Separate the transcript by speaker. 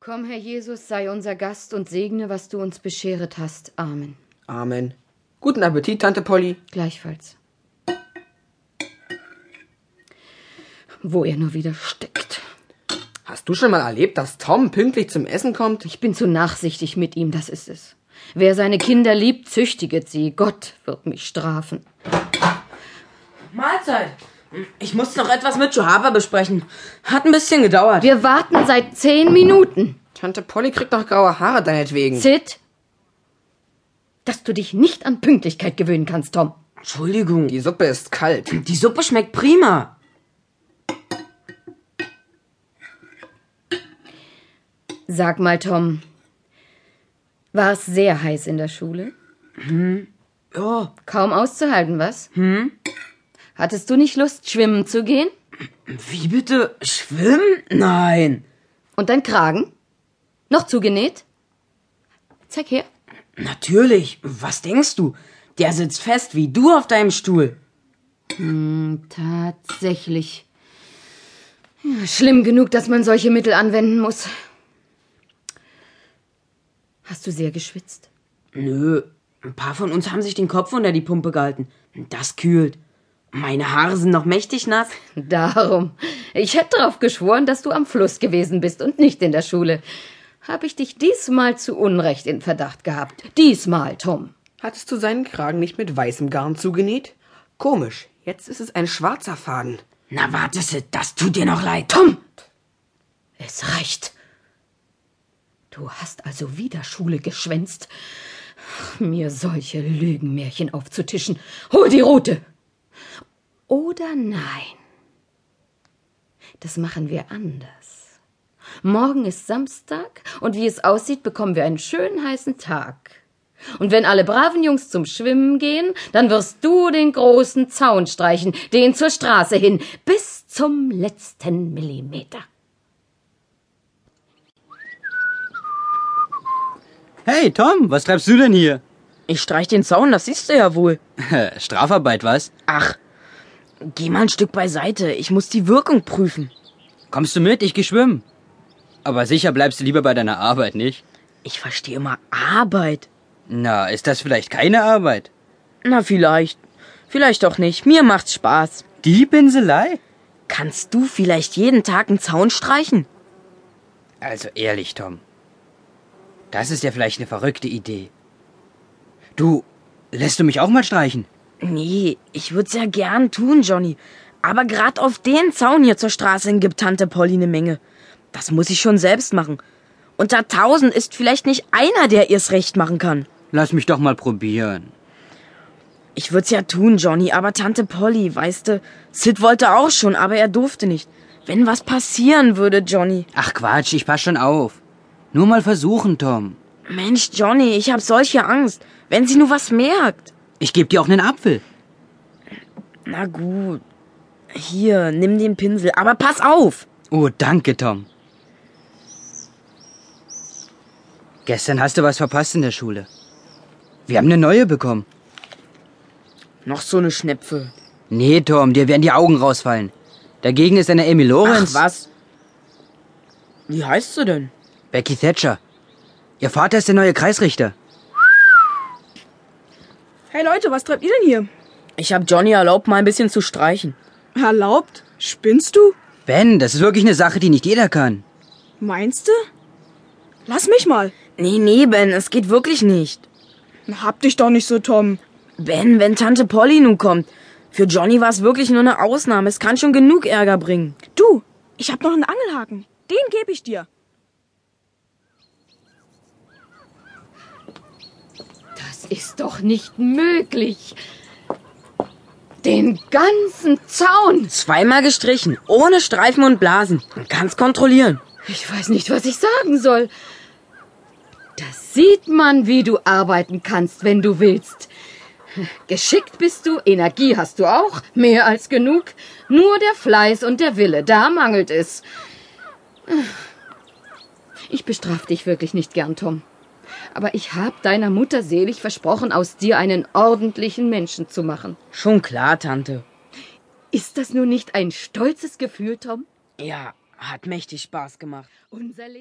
Speaker 1: Komm, Herr Jesus, sei unser Gast und segne, was du uns bescheret hast. Amen.
Speaker 2: Amen. Guten Appetit, Tante Polly.
Speaker 1: Gleichfalls. Wo er nur wieder steckt.
Speaker 2: Hast du schon mal erlebt, dass Tom pünktlich zum Essen kommt?
Speaker 1: Ich bin zu nachsichtig mit ihm, das ist es. Wer seine Kinder liebt, züchtiget sie. Gott wird mich strafen.
Speaker 3: Mahlzeit. Ich muss noch etwas mit Johava besprechen. Hat ein bisschen gedauert.
Speaker 1: Wir warten seit zehn Minuten.
Speaker 2: Tante Polly kriegt doch graue Haare deinetwegen.
Speaker 1: Sid, dass du dich nicht an Pünktlichkeit gewöhnen kannst, Tom.
Speaker 3: Entschuldigung.
Speaker 2: Die Suppe ist kalt.
Speaker 3: Die Suppe schmeckt prima.
Speaker 1: Sag mal, Tom, war es sehr heiß in der Schule?
Speaker 3: Ja,
Speaker 1: Kaum auszuhalten, was? Hm? Hattest du nicht Lust, schwimmen zu gehen?
Speaker 3: wie bitte? Schwimmen? Nein.
Speaker 1: Und dein Kragen? Noch zugenäht? Zeig her.
Speaker 3: Natürlich. Was denkst du? Der sitzt fest wie du auf deinem Stuhl.
Speaker 1: Tatsächlich. Ja, schlimm genug, dass man solche Mittel anwenden muss. Hast du sehr geschwitzt?
Speaker 3: Nö. Ein paar von uns haben sich den Kopf unter die Pumpe gehalten. Das kühlt. Meine Haare sind noch mächtig nass.
Speaker 1: Darum. Ich hätte darauf geschworen, dass du am Fluss gewesen bist und nicht in der Schule. Habe ich dich diesmal zu Unrecht in Verdacht gehabt. Diesmal, Tom.
Speaker 2: Hattest du seinen Kragen nicht mit weißem Garn zugenäht? Komisch, jetzt ist es ein schwarzer Faden.
Speaker 3: Na warte, Sid, das tut dir noch leid.
Speaker 1: Tom! Es reicht. Du hast also wieder Schule geschwänzt. Ach, mir solche Lügenmärchen aufzutischen. Hol die Rute! Oder nein. Das machen wir anders. Morgen ist Samstag und wie es aussieht, bekommen wir einen schönen heißen Tag. Und wenn alle braven Jungs zum Schwimmen gehen, dann wirst du den großen Zaun streichen, den zur Straße hin, bis zum letzten Millimeter.
Speaker 4: Hey Tom, was treibst du denn hier?
Speaker 3: Ich streich den Zaun, das siehst du ja wohl.
Speaker 4: Strafarbeit, was?
Speaker 3: Ach, geh mal ein Stück beiseite. Ich muss die Wirkung prüfen.
Speaker 4: Kommst du mit? Ich geh schwimmen. Aber sicher bleibst du lieber bei deiner Arbeit, nicht?
Speaker 3: Ich verstehe immer Arbeit.
Speaker 4: Na, ist das vielleicht keine Arbeit?
Speaker 3: Na, vielleicht. Vielleicht auch nicht. Mir macht's Spaß.
Speaker 4: Die Pinselei?
Speaker 3: Kannst du vielleicht jeden Tag einen Zaun streichen?
Speaker 4: Also ehrlich, Tom. Das ist ja vielleicht eine verrückte Idee. Du, lässt du mich auch mal streichen?
Speaker 3: Nee, ich würd's ja gern tun, Johnny. Aber grad auf den Zaun hier zur Straße hin gibt Tante Polly eine Menge. Das muss ich schon selbst machen. Unter tausend ist vielleicht nicht einer, der ihr's recht machen kann.
Speaker 4: Lass mich doch mal probieren.
Speaker 3: Ich würd's ja tun, Johnny, aber Tante Polly, weißt du, Sid wollte auch schon, aber er durfte nicht. Wenn was passieren würde, Johnny.
Speaker 4: Ach Quatsch, ich pass schon auf. Nur mal versuchen, Tom.
Speaker 3: Mensch, Johnny, ich hab solche Angst. Wenn sie nur was merkt.
Speaker 4: Ich geb dir auch einen Apfel.
Speaker 3: Na gut. Hier, nimm den Pinsel, aber pass auf.
Speaker 4: Oh, danke, Tom. Gestern hast du was verpasst in der Schule. Wir haben eine neue bekommen.
Speaker 3: Noch so eine Schnepfe.
Speaker 4: Nee, Tom, dir werden die Augen rausfallen. Dagegen ist eine Emmy Lorenz.
Speaker 3: Ach, was? Wie heißt sie denn?
Speaker 4: Becky Thatcher. Ihr Vater ist der neue Kreisrichter.
Speaker 5: Hey Leute, was treibt ihr denn hier?
Speaker 3: Ich hab Johnny erlaubt, mal ein bisschen zu streichen.
Speaker 5: Erlaubt? Spinnst du?
Speaker 4: Ben, das ist wirklich eine Sache, die nicht jeder kann.
Speaker 5: Meinst du? Lass mich mal.
Speaker 3: Nee, nee, Ben, es geht wirklich nicht.
Speaker 5: Na, Hab dich doch nicht so, Tom.
Speaker 3: Ben, wenn Tante Polly nun kommt. Für Johnny war es wirklich nur eine Ausnahme. Es kann schon genug Ärger bringen.
Speaker 5: Du, ich hab noch einen Angelhaken. Den gebe ich dir.
Speaker 1: Das ist doch nicht möglich. Den ganzen Zaun.
Speaker 3: Zweimal gestrichen, ohne Streifen und Blasen. Man kann's kontrollieren.
Speaker 1: Ich weiß nicht, was ich sagen soll. Das sieht man, wie du arbeiten kannst, wenn du willst. Geschickt bist du, Energie hast du auch, mehr als genug. Nur der Fleiß und der Wille, da mangelt es. Ich bestrafe dich wirklich nicht gern, Tom. Aber ich habe deiner Mutter selig versprochen, aus dir einen ordentlichen Menschen zu machen.
Speaker 3: Schon klar, Tante.
Speaker 1: Ist das nun nicht ein stolzes Gefühl, Tom?
Speaker 3: Ja, hat mächtig Spaß gemacht.
Speaker 1: Unser Leben.